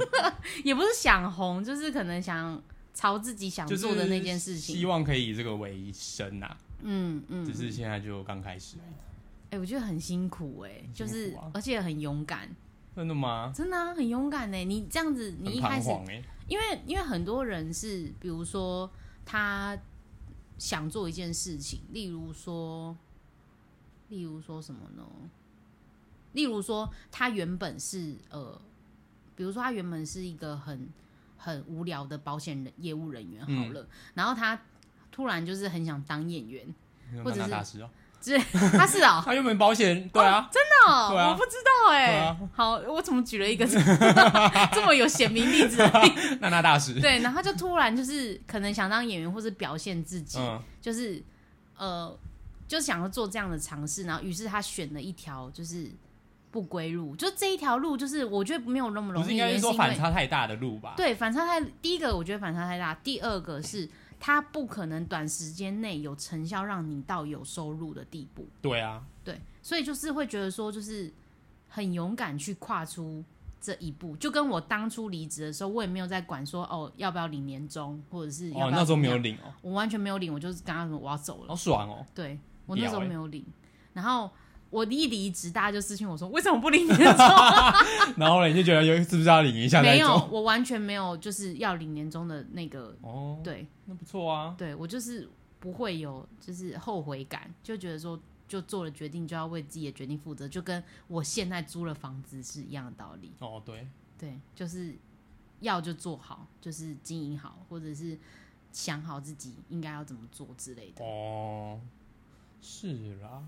A: 也不是 想红，就是可能想朝自己想
B: 就是
A: 做的那件事情。
B: 希望可以以这个为生呐、
A: 嗯嗯，
B: 只是现在就刚开始而已。
A: 哎、我觉得很辛苦哎、
B: 很
A: 就
B: 辛苦
A: 是、
B: 啊
A: 而且很勇敢，
B: 真的吗？
A: 真的、啊、很勇敢呢、你这样子，你
B: 很
A: 一开
B: 彷
A: 始，
B: 徨哎、
A: 因为因为很多人是，比如说他想做一件事情，例如说，例如说什么呢？例如说，他原本是呃，比如说他原本是一个很很无聊的保险人业务人员好
B: 嗯
A: 了，然后他突然就是很想当演员，
B: 那
A: 或者
B: 种大
A: 是
B: 大师哦，
A: 之类他是哦、
B: 他又没保险，对啊，
A: 真的哦、
B: 对啊
A: 我不知道哎、
B: 对啊
A: 好，我怎么举了一个 这这么有显明 例子的例子？
B: 娜娜大师，
A: 对，然后就突然就是可能想当演员，或是表现自己，
B: 嗯，
A: 就是呃，就想要做这样的尝试，然后于是他选了一条就是不归路，就这一条路就是我觉得没有那么容
B: 不
A: 易，
B: 是应该
A: 原
B: 是
A: 因
B: 说
A: 因为
B: 反差太大的路吧？
A: 对反差太第一个我觉得反差太大，第二个是他不可能短时间内有成效让你到有收入的地步，
B: 对啊，
A: 对，所以就是会觉得说就是很勇敢去跨出。这一步就跟我当初离职的时候，我也没有在管说哦要不要领年终，或者是要
B: 哦，
A: 不要
B: 那时候
A: 怎么
B: 没有
A: 样，
B: 领哦，
A: 我完全没有领，我就是跟他说我要走了。
B: 好爽哦，
A: 对我那时候
B: 屌欸
A: 没有领，然后我一离职，大家就私信我说为什么不领年 终？
B: 然后呢，你就觉得有是不是要领一下那
A: 没
B: 种？
A: 有，我完全没有就是要领年终的那个，
B: 哦，
A: 对
B: 那不错啊，
A: 对，我就是不会有就是后悔感，就觉得说就做了决定就要为自己的决定负责，就跟我现在租了房子是一样的道理。
B: 哦对，
A: 对，就是要就做好，就是经营好，或者是想好自己应该要怎么做之类的。
B: 哦，是啦，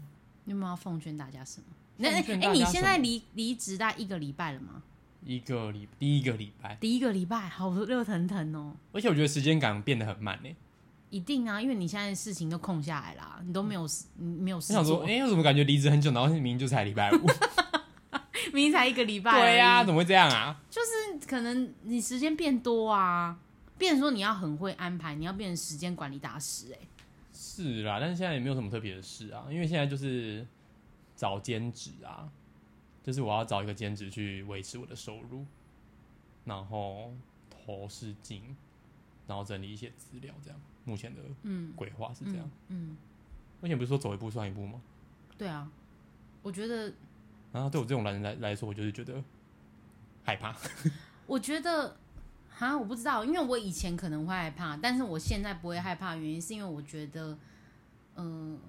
A: 你有没有要奉劝大家什么？那哎
B: 奉、劝大家
A: 你
B: 什
A: 现在
B: 么
A: 离离职大概一个礼拜了吗？
B: 一个礼第一个礼拜，
A: 第一个礼拜好热腾腾哦，
B: 而且我觉得时间感变得很慢欸呢。
A: 一定啊，因为你现在事情都空下来啦，你都没有事，你没有
B: 我
A: 事
B: 想说，
A: 做，
B: 哎、我怎么感觉离职很久，然后明明就才礼拜五？
A: 明明才一个 礼拜而已，
B: 对呀、怎么会这样啊？
A: 就是可能你时间变多啊，变成说你要很会安排，你要变成时间管理大师哎、
B: 是啦，但是现在也没有什么特别的事啊，因为现在就是找兼职啊，就是我要找一个兼职去维持我的收入，然后投试镜，然后整理一些资料，这样目前的
A: 嗯
B: 规划是这样。
A: 嗯，
B: 目前不是说走一步算一步吗？
A: 对啊，我觉得，
B: 然后对我这种人来来说，我就是觉得害怕。
A: 我觉得。哈，我不知道，因为我以前可能会害怕，但是我现在不会害怕，原因是因为我觉得，嗯、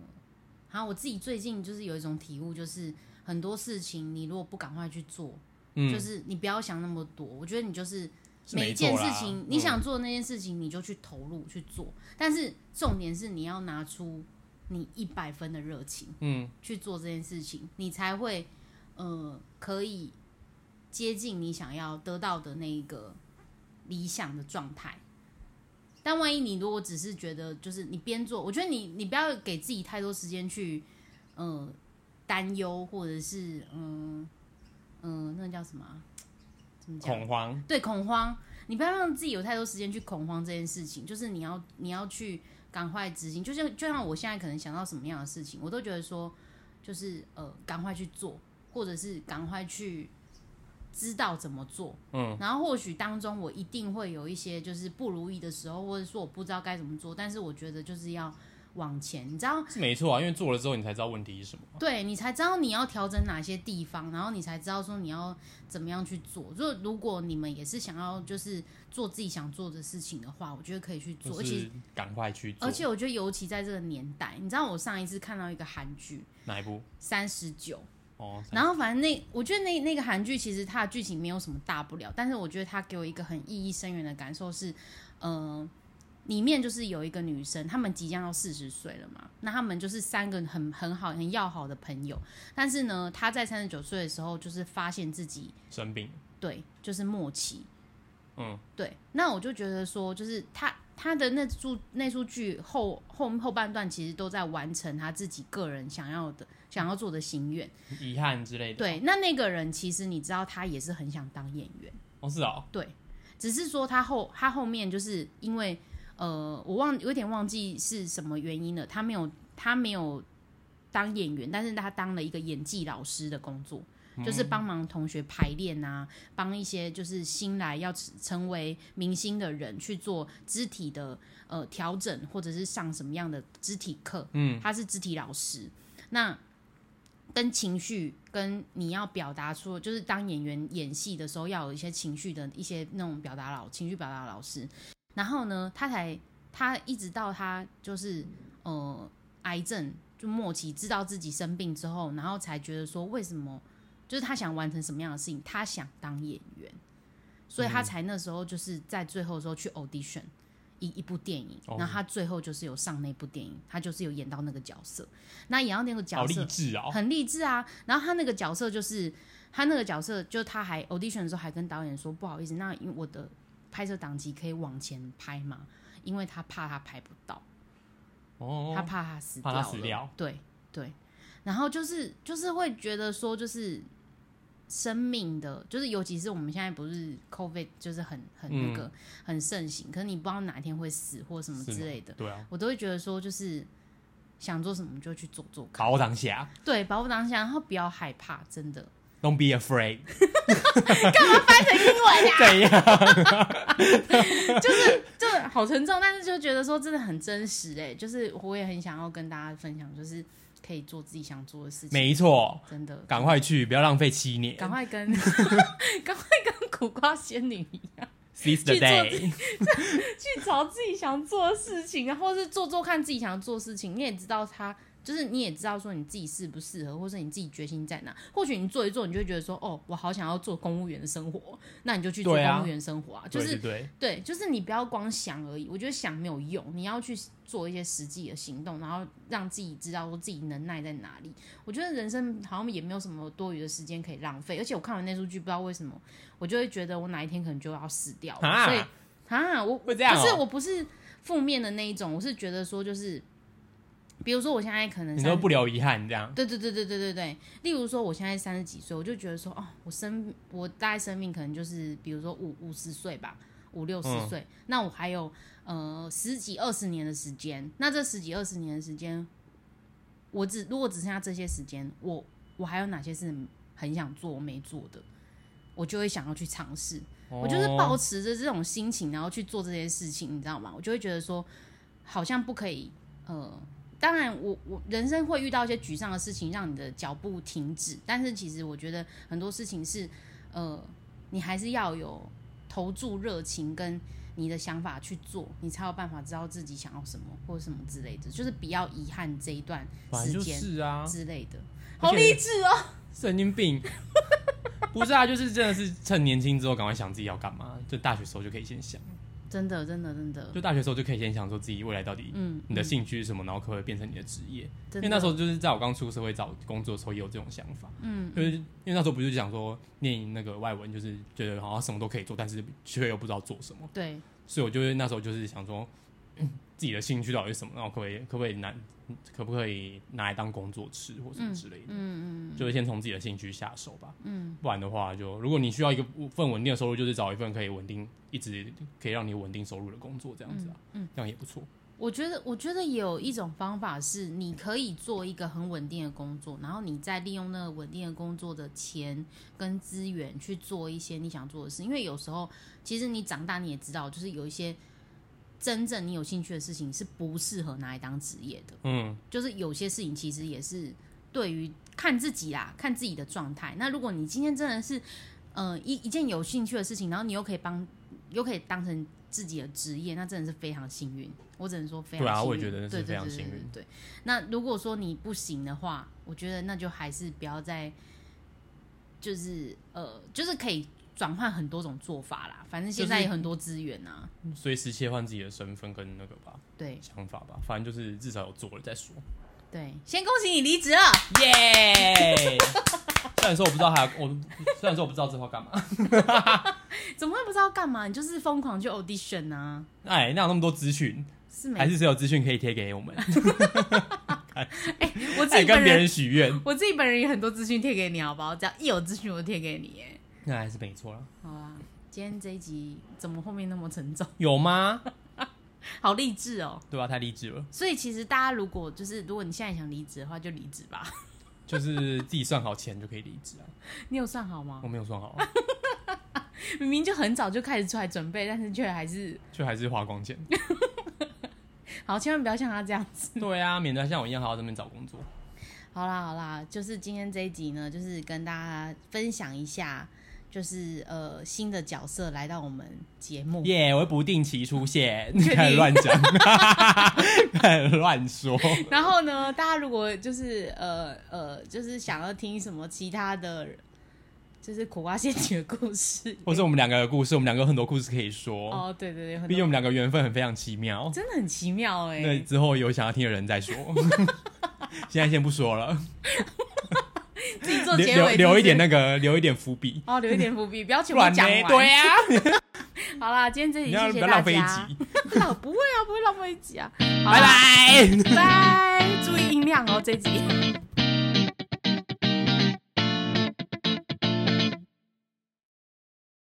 A: 好，我自己最近就是有一种体悟，就是很多事情你如果不赶快去做，
B: 嗯，
A: 就是你不要想那么多。我觉得你就是
B: 是
A: 每
B: 没
A: 一件
B: 错啦嗯
A: 事情，你想做的那件事情，你就去投入去做。但是重点是你要拿出你一百分的热情
B: 嗯
A: 去做这件事情，你才会呃可以接近你想要得到的那一个理想的状态。但万一你如果只是觉得就是你边做，我觉得你你不要给自己太多时间去呃担忧或者是嗯嗯、那个叫什么啊、怎么
B: 嗯，
A: 讲？
B: 恐慌。
A: 对恐慌，你不要让自己有太多时间去恐慌这件事情，就是你要你要去赶快执行，就像就像我现在可能想到什么样的事情，我都觉得说就是呃赶快去做，或者是赶快去知道怎么做，
B: 嗯，
A: 然后或许当中我一定会有一些就是不如意的时候，或者说我不知道该怎么做，但是我觉得就是要往前，你知道
B: 是没错啊，因为做了之后你才知道问题是什么。
A: 对你才知道你要调整哪些地方，然后你才知道说你要怎么样去做。就如果你们也是想要就是做自己想做的事情的话，我觉得可以去做。
B: 就
A: 而且
B: 是赶快去做。
A: 而且我觉得尤其在这个年代，你知道我上一次看到一个韩剧
B: 哪一部？
A: 《三十九》，
B: 哦，
A: 然后反正那我觉得那那个韩剧其实它的剧情没有什么大不了，但是我觉得它给我一个很意义深远的感受是，呃，里面就是有一个女生，她们即将要四十岁了嘛，那她们就是三个很很好很要好的朋友，但是呢，她在三十九岁的时候就是发现自己
B: 生病，
A: 对就是末期，
B: 嗯，
A: 对，那我就觉得说，就是她她的那出那出剧后后后半段其实都在完成她自己个人想要的想要做的心愿。
B: 遗憾之类的。
A: 对，那那个人其实你知道，他也是很想当演员，
B: 哦，是哦，
A: 对，只是说他后他后面就是因为呃，我忘有点忘记是什么原因了，他没有他没有当演员，但是他当了一个演技老师的工作，就是帮忙同学排练啊，帮一些就是新来要成成为明星的人去做肢体的呃调整，或者是上什么样的肢体课。嗯，他是肢体老师，那跟情绪跟你要表达出，就是当演员演戏的时候要有一些情绪的一些那种表达老情绪表达老师。然后呢，他才他一直到他就是呃癌症就末期，知道自己生病之后，然后才觉得说为什么就是他想完成什么样的事情，他想当演员，所以他才那时候就是在最后的时候去 audition 一一部电影，
B: 哦
A: 然后他最后就是有上那部电影，他就是有演到那个角色，那演到那个
B: 好
A: 角色
B: 励志哦，
A: 很励志啊。然后他那个角色就是他那个角色，就他还 audition 的时候还跟导演说不好意思，那因为我的拍摄档期可以往前拍嘛，因为他怕他拍不到，他
B: 哦，
A: 怕他死
B: 怕
A: 掉
B: 他
A: 了，
B: 死掉
A: 对对。然后就是就是会觉得说，就是生命的，就是尤其是我们现在不是 COVID，就是很很那个、很盛行，可是你不知道哪天会死或什么
B: 嗯是吗
A: 之类的，
B: 对啊，
A: 我都会觉得说，就是想做什么就去做做看。
B: 把我当下
A: 对，把握当下，然后不要害怕，真的。
B: ，Don't be afraid，
A: 英文
B: 怎样？
A: 啊就好沉重，但是就觉得说真的很真实哎、就是我也很想要跟大家分享，就是可以做自己想做的事情，
B: 没错，
A: 真的。
B: 赶快去，不要浪费七年
A: 赶快跟 赶快跟苦瓜仙女一样，
B: ，Seize the
A: 去做
B: day，
A: 去找自己想做的事情，然后是做做看自己想做的事情。你也知道他，就是你也知道说你自己适不适合，或是你自己决心在哪。或许你做一做，你就会觉得说，哦，我好想要做公务员的生活，那你就去做
B: 对啊
A: 公务员生活啊，就
B: 对
A: 是
B: 对对，
A: 对，就是你不要光想而已，我觉得想没有用，你要去做一些实际的行动，然后让自己知道说自己能耐在哪里。我觉得人生好像也没有什么多余的时间可以浪费，而且我看完那出剧，不知道为什么，我就会觉得我哪一天可能就要死掉了，
B: 啊
A: 所以啊，我
B: 会这样哦
A: 可是我不是负面的那一种，我是觉得说就是，比如说我现在可能
B: 你
A: 三
B: 都
A: 十
B: 不留遗憾这样，
A: 对对对对对对对。例如说，我现在三十几岁，我就觉得说，哦，我生我大概生命可能就是，比如说五五十岁吧，五六十
B: 嗯
A: 岁，那我还有呃十几二十年的时间。那这十几二十年的时间，我只如果只剩下这些时间，我我还有哪些是很想做我没做的，我就会想要去尝试。我就是保
B: 哦
A: 持着这种心情，然后去做这些事情，你知道吗？我就会觉得说，好像不可以，呃，当然我，我人生会遇到一些沮丧的事情，让你的脚步停止。但是其实我觉得很多事情是，呃，你还是要有投注热情跟你的想法去做，你才有办法知道自己想要什么或什么之类的。就是比较遗憾这一段
B: 反
A: 时
B: 正就
A: 间
B: 是啊，
A: 之类的，好
B: 而且
A: 励志哦！
B: 神经病。 不是啊，就是真的是趁年轻之后赶快想自己要干嘛，就大学时候就可以先想，
A: 真的，真的，真的，
B: 就大学时候就可以先想说自己未来到底
A: 嗯，
B: 你的
A: 嗯
B: 兴趣是什么，然后可不可以变成你的职业？因
A: 真
B: 为
A: 的
B: 那时候就是在我刚出社会找工作的时候也有这种想法，嗯，就是因为那时候不是讲说念那个外文，就是觉得好像什么都可以做，但是却又不知道做什么，
A: 对，
B: 所以我就是那时候就是想说、 嗯自己的兴趣到底是什么，然后可不可以可不可以拿可不可以拿来当工作吃或什么之类的，嗯嗯，就是先从自己的兴趣下手吧，嗯，不然的话就如果你需要一个份稳定的收入，就是找一份可以稳定一直可以让你稳定收入的工作这样子啊，嗯，这样也不错，
A: 我觉得，我觉得有一种方法是，你可以做一个很稳定的工作，然后你再利用那个稳定的工作的钱跟资源去做一些你想做的事。因为有时候，其实你长大你也知道，就是有一些真正你有兴趣的事情是不适合拿来当职业的。
B: 嗯，
A: 就是有些事情其实也是对于看自己啦，看自己的状态。那如果你今天真的是，呃，一一件有兴趣的事情，然后你又可以帮，又可以当成自己的职业，那真的是非常幸运。我只能说非常
B: 对啊
A: 幸运
B: 我也觉得是
A: 对
B: 非常幸运
A: 对对对对对那如果说你不行的话，我觉得那就还是不要再，就是呃，就是可以转换很多种做法啦。反正现在
B: 就是
A: 也很多资源啊，
B: 随时切换自己的身份跟那个吧
A: 对
B: 想法吧，反正就是至少有做了再 说。
A: 对。先恭喜你离职了，
B: 耶、哎虽然说我不知道还有我，虽然说我不知道之后干嘛，
A: 怎么会不知道干嘛？你就是疯狂去 audition 啊。
B: 哎，那有那么多资讯，
A: 是没
B: 还是只有资讯可以贴给我们，
A: 我自
B: 还
A: 己
B: 跟
A: 本
B: 别
A: 人，
B: 人许愿，
A: 我自己本人也很多资讯贴给你，啊好不好？只要一有资讯，我就贴给你。哎，
B: 那还是没错啊啦。
A: 好啦，今天这一集怎么后面那么沉重？
B: 有吗？
A: 好励志哦！
B: 对啊吧、太励志了，
A: 所以其实大家如果就是如果你现在想离职的话，就离职吧。
B: 就是自己算好钱就可以离职啊。
A: 你有算好吗
B: 我？没有算好，啊
A: 明明就很早就开始出来准备，但是却还是
B: 就还是花 光钱。
A: 好，千万不要像他这样子。
B: 对啊，免得像我一样还要这边找工作。
A: 好啦好啦，就是今天这一集呢，就是跟大家分享一下，就是呃新的角色来到我们节目。
B: 耶、我会不定期出现，
A: 确定
B: 开始乱讲， 开始乱说。
A: 然后呢，大家如果就是呃呃，就是想要听什么其他的就是苦瓜陷阱的故事。
B: 或是我们两个的故事，我们两个有很多故事可以说，
A: 哦，对对对，很
B: 毕竟我
A: 多
B: 们两个缘分很非常奇妙。
A: 真的很奇妙哎、
B: 那之后有想要听的人再说， 现在先不说了，
A: 自己做
B: 留
A: 结尾
B: 留
A: 是不
B: 留一
A: 是
B: 点那个，留一点伏笔，
A: 哦，留一点伏笔，不要全部
B: 不然呢
A: 讲完。
B: 对啊，
A: 好啦，今天这
B: 你
A: 集
B: 要
A: 谢
B: 不
A: 谢
B: 要
A: 大
B: 浪费一
A: 家。
B: 集？
A: 不 会啊，不会浪费一集啊。好
B: 拜
A: 啦，
B: 拜。
A: 拜，注意音量哦，这集。